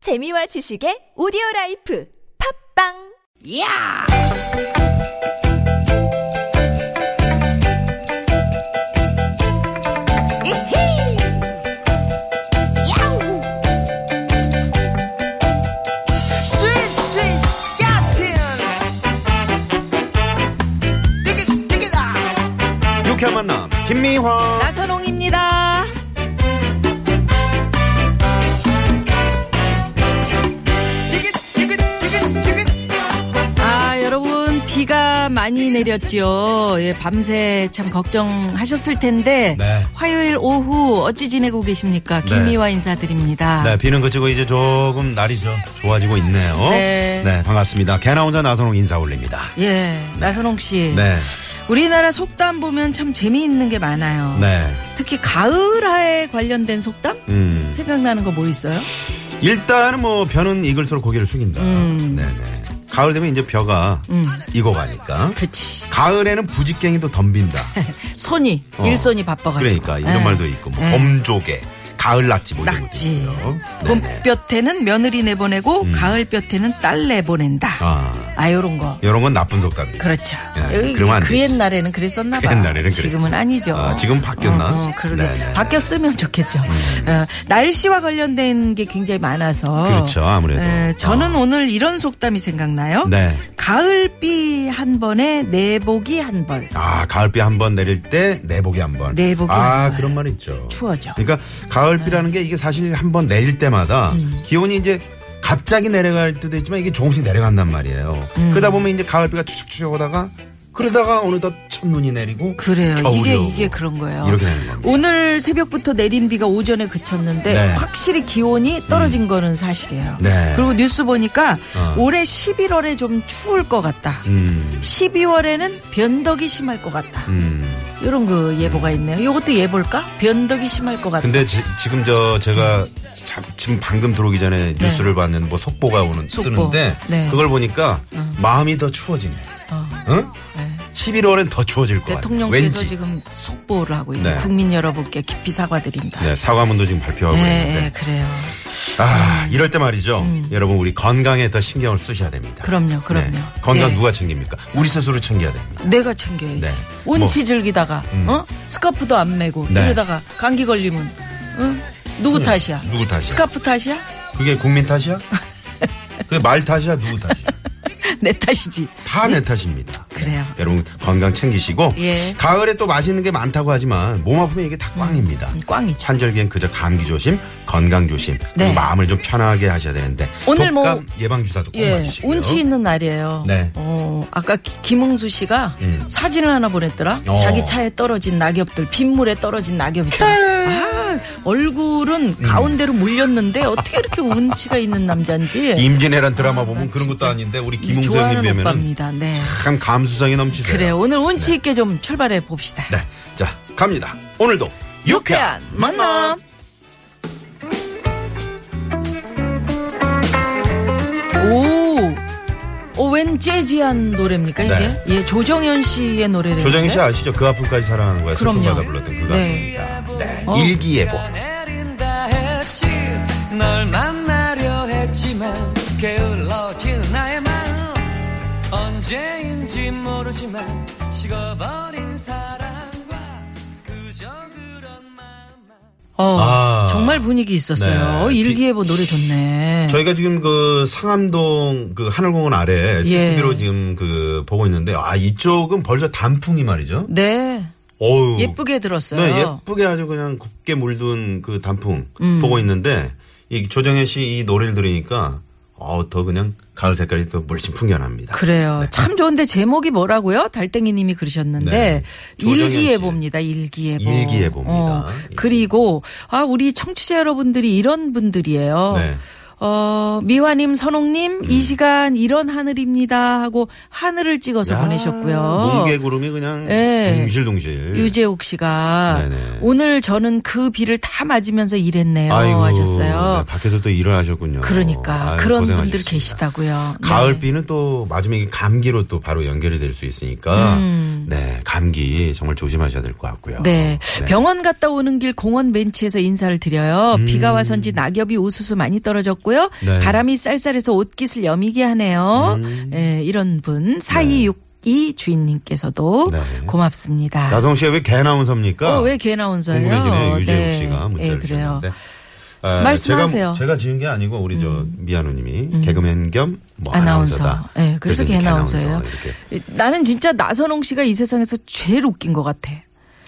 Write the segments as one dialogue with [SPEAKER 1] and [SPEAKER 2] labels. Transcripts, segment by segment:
[SPEAKER 1] 재미와 지식의 오디오 라이프 팝빵!
[SPEAKER 2] 야! 이히! 야우! 스윗, 스윗, 야틴! 띠깃, 띠깃아!
[SPEAKER 3] 유쾌한 만남 김미화
[SPEAKER 2] 나선홍입니다. 띠깃, 띠깃, 띠깃, 띠깃!
[SPEAKER 4] 아, 여러분, 비가 많이 내렸죠. 예, 밤새 참 걱정하셨을 텐데.
[SPEAKER 3] 네.
[SPEAKER 4] 화요일 오후 어찌 지내고 계십니까? 김미화 인사드립니다.
[SPEAKER 3] 네 비는 그치고 이제 조금 날이 좀 좋아지고 있네요
[SPEAKER 4] 네.
[SPEAKER 3] 반갑습니다 개나 혼자 나선홍 인사 올립니다
[SPEAKER 4] 예, 나선홍 씨.
[SPEAKER 3] 네
[SPEAKER 4] 우리나라 속담 보면 참 재미있는 게 많아요.
[SPEAKER 3] 네.
[SPEAKER 4] 특히 가을하에 관련된 속담?
[SPEAKER 3] 음.
[SPEAKER 4] 생각나는 거 뭐 있어요?
[SPEAKER 3] 일단은 뭐 벼는 익을수록 고개를 숙인다
[SPEAKER 4] 음.
[SPEAKER 3] 네네 가을 되면 이제 벼가 익어가니까
[SPEAKER 4] 그치.
[SPEAKER 3] 가을에는 부직갱이도 덤빈다
[SPEAKER 4] 손이,
[SPEAKER 3] 어.
[SPEAKER 4] 일손이 바빠가지고.
[SPEAKER 3] 그러니까 이런
[SPEAKER 4] 예.
[SPEAKER 3] 말도 있고 뭐
[SPEAKER 4] 예.
[SPEAKER 3] 범조개 가을 낙지 뭐 이런 것도
[SPEAKER 4] 낙지.
[SPEAKER 3] 있고요. 네네. 음.
[SPEAKER 4] 봄볕에는 며느리 내보내고 가을볕에는 딸 내보낸다.
[SPEAKER 3] 아
[SPEAKER 4] 아, 요런 거.
[SPEAKER 3] 이런 건 나쁜 속담이에요
[SPEAKER 4] 그렇죠.
[SPEAKER 3] 예,
[SPEAKER 4] 여기
[SPEAKER 3] 그러면 안
[SPEAKER 4] 그
[SPEAKER 3] 되지.
[SPEAKER 4] 옛날에는 그랬었나 봐요.
[SPEAKER 3] 옛날에는
[SPEAKER 4] 지금은
[SPEAKER 3] 그랬죠.
[SPEAKER 4] 아니죠.
[SPEAKER 3] 아, 지금 바뀌었나?
[SPEAKER 4] 어, 어, 그러게.
[SPEAKER 3] 네네. 음.
[SPEAKER 4] 바뀌었으면 좋겠죠. 어, 날씨와 관련된 게 굉장히 많아서. 예,
[SPEAKER 3] 그렇죠, 아무래도.
[SPEAKER 4] 저는
[SPEAKER 3] 어.
[SPEAKER 4] 오늘 이런 속담이 생각나요.
[SPEAKER 3] 네.
[SPEAKER 4] 가을비 한 번에 내복이 한 벌.
[SPEAKER 3] 아 가을비 한 번 내릴 때 내복이 한 번.
[SPEAKER 4] 내복이
[SPEAKER 3] 아
[SPEAKER 4] 한 번.
[SPEAKER 3] 그런 말 있죠.
[SPEAKER 4] 추워져.
[SPEAKER 3] 그러니까 가을비라는 게 이게 사실 한 번 내릴 때마다
[SPEAKER 4] 음.
[SPEAKER 3] 기온이 이제 갑자기 내려갈 때도 있지만 이게 조금씩 내려간단 말이에요.
[SPEAKER 4] 음.
[SPEAKER 3] 그러다 보면 이제 가을비가 추적추적 오다가 그러다가 어느덧 첫눈이 내리고
[SPEAKER 4] 그래요.
[SPEAKER 3] 겨울이
[SPEAKER 4] 이게
[SPEAKER 3] 오고.
[SPEAKER 4] 이게 그런 거예요.
[SPEAKER 3] 이렇게 되는 겁니다.
[SPEAKER 4] 오늘 새벽부터 내린 비가 오전에 그쳤는데
[SPEAKER 3] 네. 음.
[SPEAKER 4] 확실히 기온이 떨어진 거는 사실이에요.
[SPEAKER 3] 네.
[SPEAKER 4] 그리고 뉴스 보니까
[SPEAKER 3] 어.
[SPEAKER 4] 올해 11월에 좀 추울 것 같다.
[SPEAKER 3] 음.
[SPEAKER 4] 12월에는 변덕이 심할 것 같다.
[SPEAKER 3] 음.
[SPEAKER 4] 이런 그 예보가 있네요. 이것도 예볼까? 변덕이 심할 것 같다.
[SPEAKER 3] 근데 지, 금저 제가 자- 지금 방금 들어오기 전에 뉴스를 봤는데 뭐 속보가 오는
[SPEAKER 4] 네. 속보.
[SPEAKER 3] 뜨는데
[SPEAKER 4] 네.
[SPEAKER 3] 그걸 보니까 마음이 더 추워지네.
[SPEAKER 4] 어,
[SPEAKER 3] 응? 11월엔 더 추워질 그 것 같아요.
[SPEAKER 4] 대통령께서
[SPEAKER 3] 왠지.
[SPEAKER 4] 지금 속보를 하고 있는
[SPEAKER 3] 네.
[SPEAKER 4] 국민 여러분께 깊이 사과드린다.
[SPEAKER 3] 네, 사과문도 지금 발표하고
[SPEAKER 4] 네,
[SPEAKER 3] 있는데.
[SPEAKER 4] 네, 그래요.
[SPEAKER 3] 아, 이럴 때 말이죠. 여러분, 우리 건강에 더 신경을 쓰셔야 됩니다. 네.
[SPEAKER 4] 그럼요, 그럼요.
[SPEAKER 3] 건강
[SPEAKER 4] 네.
[SPEAKER 3] 누가 챙깁니까? 우리 스스로 챙겨야 됩니다.
[SPEAKER 4] 내가 챙겨야지.
[SPEAKER 3] 네.
[SPEAKER 4] 운치
[SPEAKER 3] 뭐.
[SPEAKER 4] 즐기다가 어? 스카프도 안 메고
[SPEAKER 3] 네. 음.
[SPEAKER 4] 이러다가 감기 걸리면 응? 누구 탓이야?
[SPEAKER 3] 누구 탓이야?
[SPEAKER 4] 스카프 탓이야?
[SPEAKER 3] 그게 국민 탓이야? 그게 말 탓이야? 누구 탓이야?
[SPEAKER 4] 내 탓이지.
[SPEAKER 3] 다 내 탓입니다. 네.
[SPEAKER 4] 그래요.
[SPEAKER 3] 여러분, 건강 챙기시고.
[SPEAKER 4] 예. 음.
[SPEAKER 3] 가을에 또 맛있는 게 많다고 하지만 몸 아프면 이게 다 음, 꽝입니다.
[SPEAKER 4] 꽝이죠.
[SPEAKER 3] 찬절기엔 그저 감기 조심, 건강 조심, 그리고
[SPEAKER 4] 네.
[SPEAKER 3] 마음을 좀 편하게 하셔야 되는데
[SPEAKER 4] 오늘 뭐-
[SPEAKER 3] 독감 예방 주사도 꼭
[SPEAKER 4] 예,
[SPEAKER 3] 맞으시고요.
[SPEAKER 4] 운치 있는 날이에요.
[SPEAKER 3] 네.
[SPEAKER 4] 어, 아까 기- 김흥수 씨가
[SPEAKER 3] 음.
[SPEAKER 4] 사진을 하나 보냈더라.
[SPEAKER 3] 어.
[SPEAKER 4] 자기 차에 떨어진 낙엽들, 빗물에 떨어진 낙엽들. 아, 얼굴은
[SPEAKER 3] 음.
[SPEAKER 4] 가운데로 물렸는데 어떻게 이렇게 운치가 있는 남자인지.
[SPEAKER 3] 임진왜란 드라마 보면
[SPEAKER 4] 네. 난
[SPEAKER 3] 그런 것도
[SPEAKER 4] 진짜
[SPEAKER 3] 아닌데 우리 김홍수 형님
[SPEAKER 4] 좋아하는
[SPEAKER 3] 뵈면은 네.
[SPEAKER 4] 오빠입니다. 네.
[SPEAKER 3] 참 감수성이 넘치세요.
[SPEAKER 4] 그래, 요 오늘 운치 있게 좀 출발해 봅시다.
[SPEAKER 3] 네, 자 갑니다. 오늘도
[SPEAKER 4] 유쾌한 만남. 오. 오, 웬 재즈한 노래입니까, 이게?
[SPEAKER 3] 네.
[SPEAKER 4] 예, 조정현 씨의 노래를.
[SPEAKER 3] 조정희 씨 아시죠? 그 아픔까지 사랑하는 거야.
[SPEAKER 4] 네. 그럼요.
[SPEAKER 3] 슬픔마다 불렀던 그
[SPEAKER 4] 네.
[SPEAKER 3] 가수입니다. 네,
[SPEAKER 4] 어.
[SPEAKER 3] 일기예보.
[SPEAKER 5] 내린다 했지 널 만나려 했지만 게을러진 나의 마음 언제인지 모르지만 식어버린 사랑과 그저 그런 마음만
[SPEAKER 4] 어,
[SPEAKER 3] 아.
[SPEAKER 4] 정말 분위기 있었어요.
[SPEAKER 3] 네.
[SPEAKER 4] 일기예보 노래 좋네.
[SPEAKER 3] 저희가 지금 그 상암동 그 하늘공원 아래
[SPEAKER 4] 예.
[SPEAKER 3] CCTV로 지금 그 보고 있는데 아 이쪽은 벌써 단풍이 말이죠.
[SPEAKER 4] 네.
[SPEAKER 3] 어우.
[SPEAKER 4] 예쁘게 들었어요.
[SPEAKER 3] 네, 예쁘게 아주 그냥 곱게 물든 그 단풍
[SPEAKER 4] 음.
[SPEAKER 3] 보고 있는데 이 조정현 씨 이 노래를 들으니까 어, 더 그냥 가을 색깔이 더 물씬 풍겨납니다.
[SPEAKER 4] 그래요. 참 좋은데 제목이 뭐라고요? 달땡이 님이
[SPEAKER 3] 네.
[SPEAKER 4] 그러셨는데
[SPEAKER 3] 조정현
[SPEAKER 4] 일기예보입니다. 일기예보.
[SPEAKER 3] 일기예보입니다.
[SPEAKER 4] 어,
[SPEAKER 3] 예.
[SPEAKER 4] 그리고 아 우리 청취자 여러분들이 이런 분들이에요.
[SPEAKER 3] 네. 음.
[SPEAKER 4] 어, 미화님, 선홍님, 이 시간 이런 하늘입니다 하고 하늘을 찍어서
[SPEAKER 3] 야,
[SPEAKER 4] 보내셨고요.
[SPEAKER 3] 뭉게구름이 그냥
[SPEAKER 4] 예.
[SPEAKER 3] 동실동실.
[SPEAKER 4] 유재욱 씨가
[SPEAKER 3] 네네.
[SPEAKER 4] 오늘 저는 그 비를 다 맞으면서 일했네요
[SPEAKER 3] 아이고,
[SPEAKER 4] 하셨어요.
[SPEAKER 3] 네, 밖에서 또 일을 하셨군요.
[SPEAKER 4] 그러니까
[SPEAKER 3] 아유,
[SPEAKER 4] 그런
[SPEAKER 3] 고생하셨습니다.
[SPEAKER 4] 분들 계시다고요. 네.
[SPEAKER 3] 가을비는 또 맞으면 이게 감기로 또 바로 연결이 될 수 있으니까 네, 감기 정말 조심하셔야 될 것 같고요.
[SPEAKER 4] 음. 네. 병원 갔다 오는 길 공원 벤치에서 인사를 드려요. 비가 와서인지 낙엽이 우수수 많이 떨어졌고요.
[SPEAKER 3] 음. 네. 음.
[SPEAKER 4] 바람이 쌀쌀해서 옷깃을 여미게 하네요. 예, 이런 분, 4262 주인님께서도
[SPEAKER 3] 네.
[SPEAKER 4] 고맙습니다.
[SPEAKER 3] 나성 씨가 왜 개 나운섭니까?
[SPEAKER 4] 어, 왜개 나온사예요? 어,
[SPEAKER 3] 궁금해지네. 그 유재욱 씨가 문자를
[SPEAKER 4] 예, 그래요.
[SPEAKER 3] 주셨는데. 아,
[SPEAKER 4] 말씀하세요. 음.
[SPEAKER 3] 제가, 제가 지은 게 아니고 우리 저 미아노님이 개그맨 겸 뭐
[SPEAKER 4] 아나운서.
[SPEAKER 3] 아나운서다.
[SPEAKER 4] 예, 그래서
[SPEAKER 3] 이제
[SPEAKER 4] 걔 나운서예요.
[SPEAKER 3] 이렇게
[SPEAKER 4] 나는 진짜 나선홍 씨가 이 세상에서 제일 웃긴 것 같아.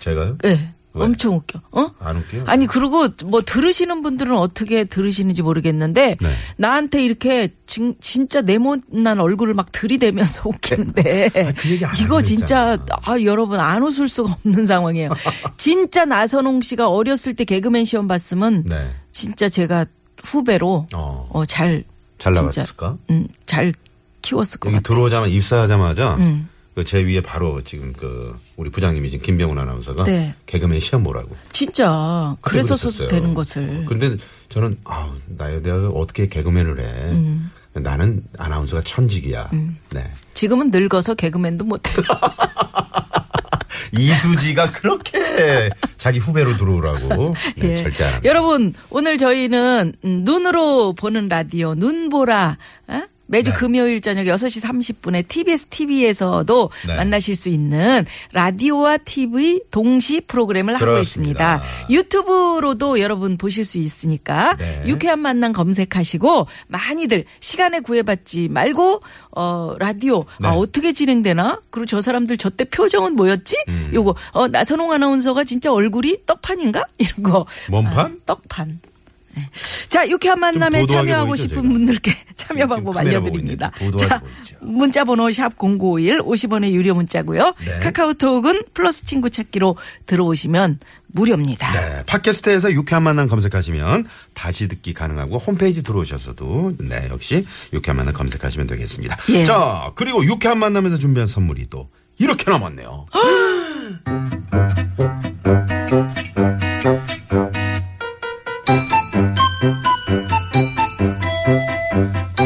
[SPEAKER 3] 제가요?
[SPEAKER 4] 예.
[SPEAKER 3] 왜?
[SPEAKER 4] 엄청 웃겨. 어?
[SPEAKER 3] 안 웃겨요?
[SPEAKER 4] 아니 그리고 뭐 들으시는 분들은 어떻게 들으시는지 모르겠는데
[SPEAKER 3] 네.
[SPEAKER 4] 나한테 이렇게 진, 진짜 네모난 얼굴을 막 들이대면서 웃기는데
[SPEAKER 3] 그 얘기 안
[SPEAKER 4] 이거
[SPEAKER 3] 하려고
[SPEAKER 4] 진짜
[SPEAKER 3] 했잖아.
[SPEAKER 4] 아 여러분 안 웃을 수가 없는 상황이에요. 진짜 나선홍 씨가 어렸을 때 개그맨 시험 봤으면
[SPEAKER 3] 네.
[SPEAKER 4] 진짜 제가 후배로
[SPEAKER 3] 어.
[SPEAKER 4] 어, 잘
[SPEAKER 3] 잘
[SPEAKER 4] 진짜,
[SPEAKER 3] 나갔을까?
[SPEAKER 4] 음, 잘 키웠을 것
[SPEAKER 3] 여기
[SPEAKER 4] 같아요. 음.
[SPEAKER 3] 들어오자마자 입사하자마자 그 제 위에 바로 지금 그 우리 부장님이 지금 김병훈 아나운서가
[SPEAKER 4] 네.
[SPEAKER 3] 개그맨 시험 보라고.
[SPEAKER 4] 진짜 그래서서
[SPEAKER 3] 그랬었어요.
[SPEAKER 4] 되는 것을
[SPEAKER 3] 근데 저는 아, 나 내가 어떻게 개그맨을 해?
[SPEAKER 4] 음.
[SPEAKER 3] 나는 아나운서가 천직이야. 네.
[SPEAKER 4] 지금은 늙어서 개그맨도 못해.
[SPEAKER 3] 이수지가 그렇게 자기 후배로 들어오라고 네,
[SPEAKER 4] 예.
[SPEAKER 3] 절대 안 합니다.
[SPEAKER 4] 여러분 오늘 저희는 음, 눈으로 보는 라디오 눈보라 어? 매주
[SPEAKER 3] 네.
[SPEAKER 4] 금요일 저녁 6시 30분에 TBS TV에서도
[SPEAKER 3] 네.
[SPEAKER 4] 만나실 수 있는 라디오와 TV 동시 프로그램을
[SPEAKER 3] 그렇습니다.
[SPEAKER 4] 하고 있습니다. 유튜브로도 여러분 보실 수 있으니까
[SPEAKER 3] 네.
[SPEAKER 4] 유쾌한 만남 검색하시고 많이들 시간에 구애받지 말고 어 라디오 아
[SPEAKER 3] 네.
[SPEAKER 4] 어떻게 진행되나? 그리고 저 사람들 저때 표정은 뭐였지?
[SPEAKER 3] 음.
[SPEAKER 4] 요거 어 나선홍 아나운서가 진짜 얼굴이 떡판인가? 이런 거 아,
[SPEAKER 3] 몸판?
[SPEAKER 4] 떡판. 네. 자, 유쾌한 만남에
[SPEAKER 3] 좀 도도하게
[SPEAKER 4] 참여하고
[SPEAKER 3] 보이죠,
[SPEAKER 4] 싶은
[SPEAKER 3] 제가?
[SPEAKER 4] 분들께 참여
[SPEAKER 3] 지금
[SPEAKER 4] 방법
[SPEAKER 3] 카메라 보고
[SPEAKER 4] 알려드립니다.
[SPEAKER 3] 있는데 도도하게
[SPEAKER 4] 자,
[SPEAKER 3] 보이죠.
[SPEAKER 4] 문자 번호 샵 0951, 50원의 유료 문자고요.
[SPEAKER 3] 네.
[SPEAKER 4] 카카오톡은 플러스 친구 찾기로 들어오시면 무료입니다.
[SPEAKER 3] 네, 팟캐스트에서 유쾌한 만남 검색하시면 다시 듣기 가능하고 홈페이지 들어오셔서도 네, 역시 유쾌한 만남 검색하시면 되겠습니다.
[SPEAKER 4] 예.
[SPEAKER 3] 자, 그리고 유쾌한 만남에서 준비한 선물이 또 이렇게 남았네요.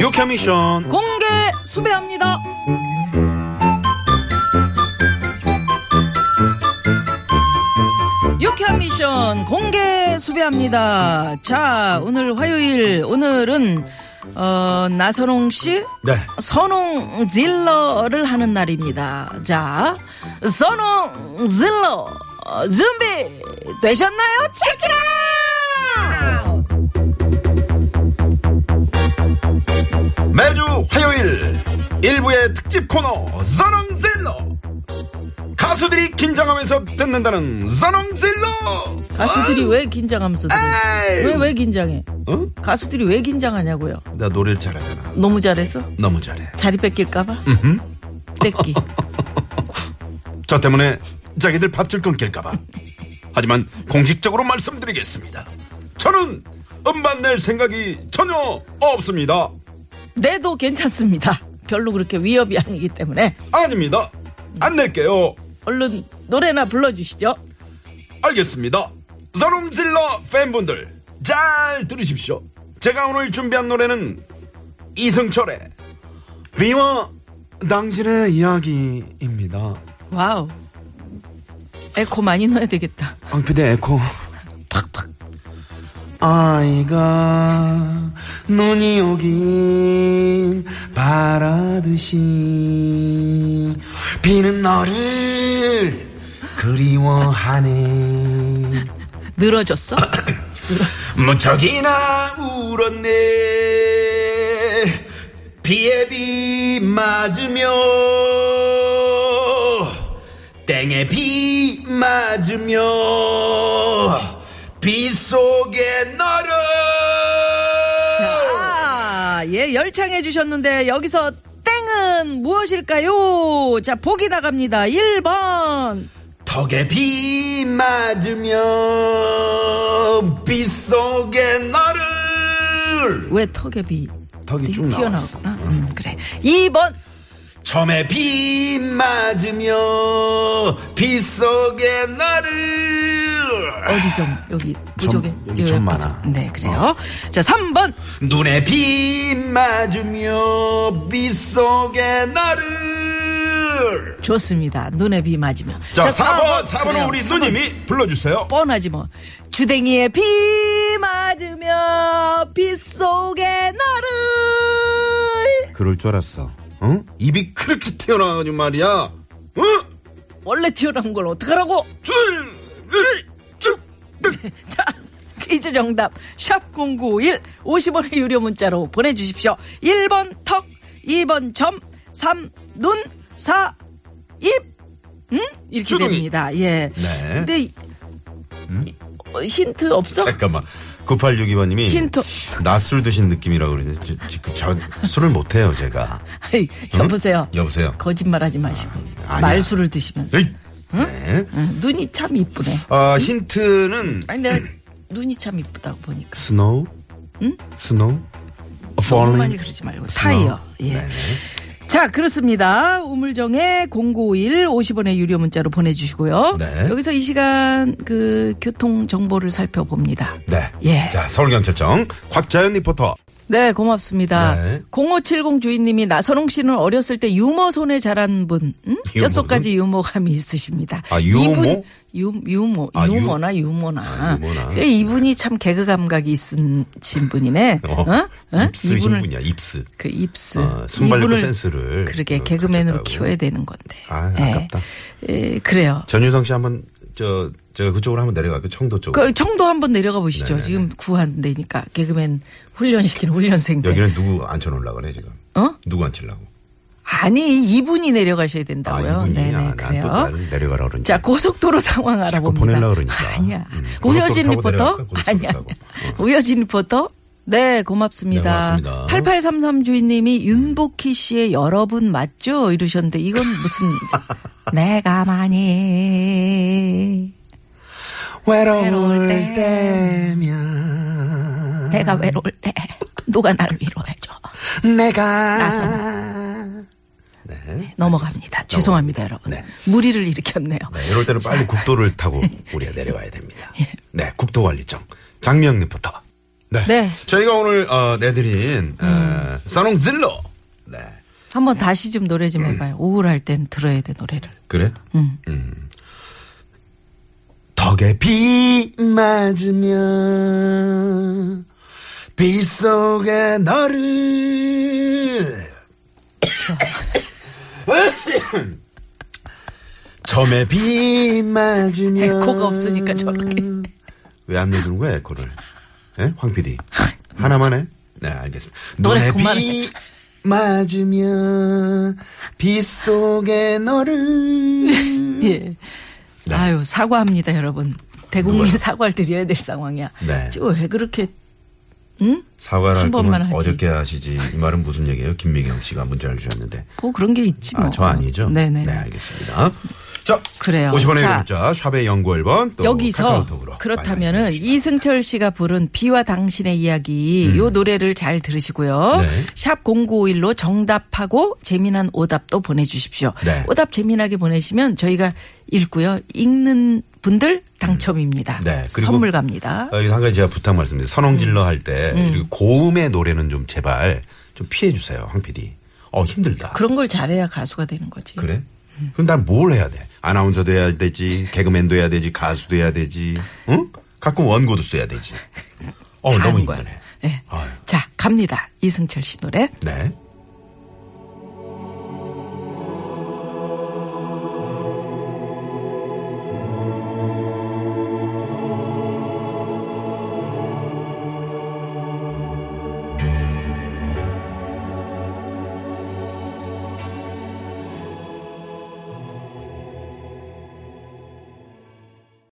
[SPEAKER 3] 유쾌 미션
[SPEAKER 4] 공개 수배합니다. 유쾌한 미션 공개 수배합니다. 자, 오늘 화요일, 오늘은, 어, 나선홍 씨,
[SPEAKER 3] 네.
[SPEAKER 4] 선홍 질러를 하는 날입니다. 자, 선홍 질러 어, 준비 되셨나요? 체키라!
[SPEAKER 3] 매주 화요일 일부의 특집 코너 선홍질러 가수들이 긴장하면서 듣는다는 선홍질러
[SPEAKER 4] 가수들이 왜 긴장하면서
[SPEAKER 3] 에이!
[SPEAKER 4] 왜 왜 긴장해?
[SPEAKER 3] 어?
[SPEAKER 4] 가수들이 왜 긴장하냐고요?
[SPEAKER 3] 나 노래를 잘하잖아
[SPEAKER 4] 너무 잘해서
[SPEAKER 3] 너무 잘해
[SPEAKER 4] 자리 뺏길까봐 뺏기.
[SPEAKER 3] 저 때문에 자기들 밥줄 끊길까봐 하지만 공식적으로 말씀드리겠습니다 저는 음반 낼 생각이 전혀 없습니다
[SPEAKER 4] 내도 괜찮습니다. 별로 그렇게 위협이 아니기 때문에
[SPEAKER 3] 아닙니다 안 낼게요
[SPEAKER 4] 얼른 노래나 불러주시죠.
[SPEAKER 3] 알겠습니다. 선홍질러 팬분들 잘 들으십시오. 제가 오늘 준비한 노래는 이승철의 미워 당신의 이야기입니다.
[SPEAKER 4] 와우. 에코 많이 넣어야 되겠다.
[SPEAKER 3] 황피대 에코 팍팍 아이가 눈이 오긴 바라듯이 비는 너를 그리워하네
[SPEAKER 4] 늘어졌어?
[SPEAKER 3] 무척이나 울었네 비에 비 맞으며 땡에 비 맞으며 비 속에 너를
[SPEAKER 4] 아, 예, 열창해 주셨는데 여기서 땡은 무엇일까요? 자, 보기 나갑니다. 1번.
[SPEAKER 3] 턱에 비 맞으며 비 속에 너를
[SPEAKER 4] 왜 턱에 비
[SPEAKER 3] 턱이 쭉 나왔어.
[SPEAKER 4] 튀어나오구나. 음, 그래. 2번.
[SPEAKER 3] 점에 비 맞으며 빗속에 나를
[SPEAKER 4] 어디 점? 여기 부족에.
[SPEAKER 3] 아, 여기 점 많아. 어.
[SPEAKER 4] 네, 그래요. 자, 3번.
[SPEAKER 3] 눈에 비 맞으며 빗속에 나를
[SPEAKER 4] 좋습니다. 눈에 비 맞으면.
[SPEAKER 3] 자,
[SPEAKER 4] 사
[SPEAKER 3] 4번, 4번은 우리 누님이 불러주세요.
[SPEAKER 4] 뻔하지 뭐. 주댕이에 비 맞으며 빗속에 나를
[SPEAKER 3] 그럴 줄 알았어. 응? 입이 그렇게 튀어나와가지고 말이야. 응?
[SPEAKER 4] 원래 튀어나온 걸 어떡하라고?
[SPEAKER 3] 줄, 줄, 줄.
[SPEAKER 4] 자, 퀴즈 정답. 샵0951 50원의 유료 문자로 보내주십시오. 1번 턱, 2번 점, 3 눈, 4 입. 음? 이렇게
[SPEAKER 3] 주둥이.
[SPEAKER 4] 됩니다. 예.
[SPEAKER 3] 네. 음?
[SPEAKER 4] 근데 이- 이- 어, 힌트 없어?
[SPEAKER 3] 잠깐만. 9862번님이
[SPEAKER 4] 힌트.
[SPEAKER 3] 낮술 드신 느낌이라고 그러는데 저, 저, 저 술을 못해요 제가.
[SPEAKER 4] 아이, 여보세요.
[SPEAKER 3] 음? 여보세요.
[SPEAKER 4] 거짓말하지 마시고
[SPEAKER 3] 아니야.
[SPEAKER 4] 말수를 드시면서
[SPEAKER 3] 에이. 네.
[SPEAKER 4] 응, 눈이 참 이쁘네.
[SPEAKER 3] 아 힌트는
[SPEAKER 4] 아니 내가 눈이 참 이쁘다고 보니까
[SPEAKER 3] 스노우. 스노우.
[SPEAKER 4] 너무 많이 그러지 말고 타이어.
[SPEAKER 3] 네.
[SPEAKER 4] 예. 자 그렇습니다. 우물정에 0951 50원의 유료 문자로 보내주시고요.
[SPEAKER 3] 네.
[SPEAKER 4] 여기서 이 시간 그 교통 정보를 살펴봅니다.
[SPEAKER 3] 네.
[SPEAKER 4] 예.
[SPEAKER 3] 자 서울경찰청 곽자연 리포터.
[SPEAKER 4] 네, 고맙습니다.
[SPEAKER 3] 네.
[SPEAKER 4] 0570 주인님이 나선홍 씨는 어렸을 때 유머 손에 자란 분, 음?
[SPEAKER 3] 유머
[SPEAKER 4] 뼛속까지 유머감이 있으십니다.
[SPEAKER 3] 아, 유모?
[SPEAKER 4] 이분- 유, 유모,
[SPEAKER 3] 아, 유-
[SPEAKER 4] 유머나 유머나.
[SPEAKER 3] 아, 유머나.
[SPEAKER 4] 그래, 이분이 참 개그 감각이 있으신 분이네. 어? 어?
[SPEAKER 3] 입스신
[SPEAKER 4] 이분을-
[SPEAKER 3] 분이야 입스.
[SPEAKER 4] 그 입스.
[SPEAKER 3] 어, 순발력과
[SPEAKER 4] 이분을
[SPEAKER 3] 센스를
[SPEAKER 4] 그러게
[SPEAKER 3] 그
[SPEAKER 4] 개그맨으로
[SPEAKER 3] 가졌다고.
[SPEAKER 4] 키워야 되는 건데.
[SPEAKER 3] 아,
[SPEAKER 4] 예.
[SPEAKER 3] 아깝다.
[SPEAKER 4] 예, 그래요.
[SPEAKER 3] 전유성 씨 한번 저, 저 그쪽으로 한번 내려갈게요 청도 쪽.
[SPEAKER 4] 그 청도 한번 내려가 보시죠. 지금 구한 데니까 개그맨 훈련시킨 훈련생들.
[SPEAKER 3] 여기는 누구 앉혀놓으려고 그래 지금.
[SPEAKER 4] 어?
[SPEAKER 3] 누구 앉히려고.
[SPEAKER 4] 아니 이분이 내려가셔야 된다고요.
[SPEAKER 3] 아, 이분이야.
[SPEAKER 4] 네네
[SPEAKER 3] 난또
[SPEAKER 4] 그래요.
[SPEAKER 3] 나를 내려가라 그러니.
[SPEAKER 4] 자 고속도로 상황 알아봅니다.
[SPEAKER 3] 보내려고 그러니까.
[SPEAKER 4] 아니야.
[SPEAKER 3] 음, 고속도로
[SPEAKER 4] 우여진
[SPEAKER 3] 타고
[SPEAKER 4] 리포터.
[SPEAKER 3] 내려갈까? 고속도로
[SPEAKER 4] 아니야.
[SPEAKER 3] 타고. 어.
[SPEAKER 4] 우여진 리포터. 네, 고맙습니다.
[SPEAKER 3] 네, 고맙습니다.
[SPEAKER 4] 8833 주인님이 윤복희 씨의 여러분 맞죠? 이러셨는데 이건 무슨 내가 많이
[SPEAKER 3] 외로울
[SPEAKER 4] 외로울 때.
[SPEAKER 3] 때면
[SPEAKER 4] 내가 외로울 때 누가 날 위로해줘. 네.
[SPEAKER 2] 내가
[SPEAKER 4] 나선홍.
[SPEAKER 3] 네.
[SPEAKER 4] 넘어갑니다. 죄송합니다, 여러분.
[SPEAKER 3] 네.
[SPEAKER 4] 무리를 일으켰네요.
[SPEAKER 3] 네, 이럴 때는 빨리 국도를 타고 우리가 내려와야 됩니다.
[SPEAKER 4] 예.
[SPEAKER 3] 네, 국도관리청 장명 리포터. 네.
[SPEAKER 4] 네. 음.
[SPEAKER 3] 저희가 오늘 어, 내드린 어, 사롱질러. 네.
[SPEAKER 4] 한번 다시 좀 노래
[SPEAKER 3] 음.
[SPEAKER 4] 좀 해봐요. 우울할 땐 들어야 돼 노래를.
[SPEAKER 3] 그래? 음. 덕에 비 맞으면 빗속에 너를 점에 비 맞으면
[SPEAKER 4] 에코가 없으니까 저렇게.
[SPEAKER 3] 음. 왜안 내주는 거야 에코를 예? 황 PD 하나만 해? 네 알겠습니다
[SPEAKER 4] 노래
[SPEAKER 3] 눈에
[SPEAKER 4] 그만해.
[SPEAKER 3] 비 맞으면 빗속에 너를
[SPEAKER 4] 예. 아유 사과합니다 여러분. 대국민
[SPEAKER 3] 네. 누가요?
[SPEAKER 4] 사과를 드려야 될 상황이야.
[SPEAKER 3] 네.
[SPEAKER 4] 저 왜 그렇게
[SPEAKER 3] 사과를 할
[SPEAKER 4] 한 번만
[SPEAKER 3] 거면
[SPEAKER 4] 하지.
[SPEAKER 3] 어저께 하시지 이 말은 무슨 얘기예요? 김미경 씨가 문자를 주셨는데
[SPEAKER 4] 뭐 그런 게 있지 뭐.
[SPEAKER 3] 아 저 아니죠?
[SPEAKER 4] 네네.
[SPEAKER 3] 네 알겠습니다. 자
[SPEAKER 4] 그래요.
[SPEAKER 3] 50원의
[SPEAKER 4] 자.
[SPEAKER 3] 문자 샵의 연구 앨범 또
[SPEAKER 4] 여기서
[SPEAKER 3] 카카오톡으로
[SPEAKER 4] 그렇다면은
[SPEAKER 3] 많이 많이
[SPEAKER 4] 이승철 씨가 부른 비와 당신의 이야기 요 노래를 잘 들으시고요.
[SPEAKER 3] 음. 네.
[SPEAKER 4] 샵 0951로 정답하고 재미난 오답도 보내주십시오.
[SPEAKER 3] 네.
[SPEAKER 4] 오답 재미나게 보내시면 저희가 읽고요. 읽는 분들 당첨입니다.
[SPEAKER 3] 네, 그리고
[SPEAKER 4] 선물 갑니다.
[SPEAKER 3] 어, 이거 한 가지 제가 부탁 말씀드려요. 선홍질러 할
[SPEAKER 4] 음.
[SPEAKER 3] 때 고음의 노래는 좀 제발 좀 피해 주세요, 황 PD. 어 힘들다.
[SPEAKER 4] 그런 걸 잘해야 가수가 되는 거지.
[SPEAKER 3] 그래? 그럼 난 뭘 해야 돼? 아나운서도 해야 되지, 개그맨도 해야 되지, 가수도 해야 되지, 응? 가끔 원고도 써야 되지. 어
[SPEAKER 4] 다
[SPEAKER 3] 너무
[SPEAKER 4] 하는 거야.
[SPEAKER 3] 힘드네.
[SPEAKER 4] 예.
[SPEAKER 3] 아유.
[SPEAKER 4] 자, 갑니다. 이승철 씨 노래.
[SPEAKER 3] 네.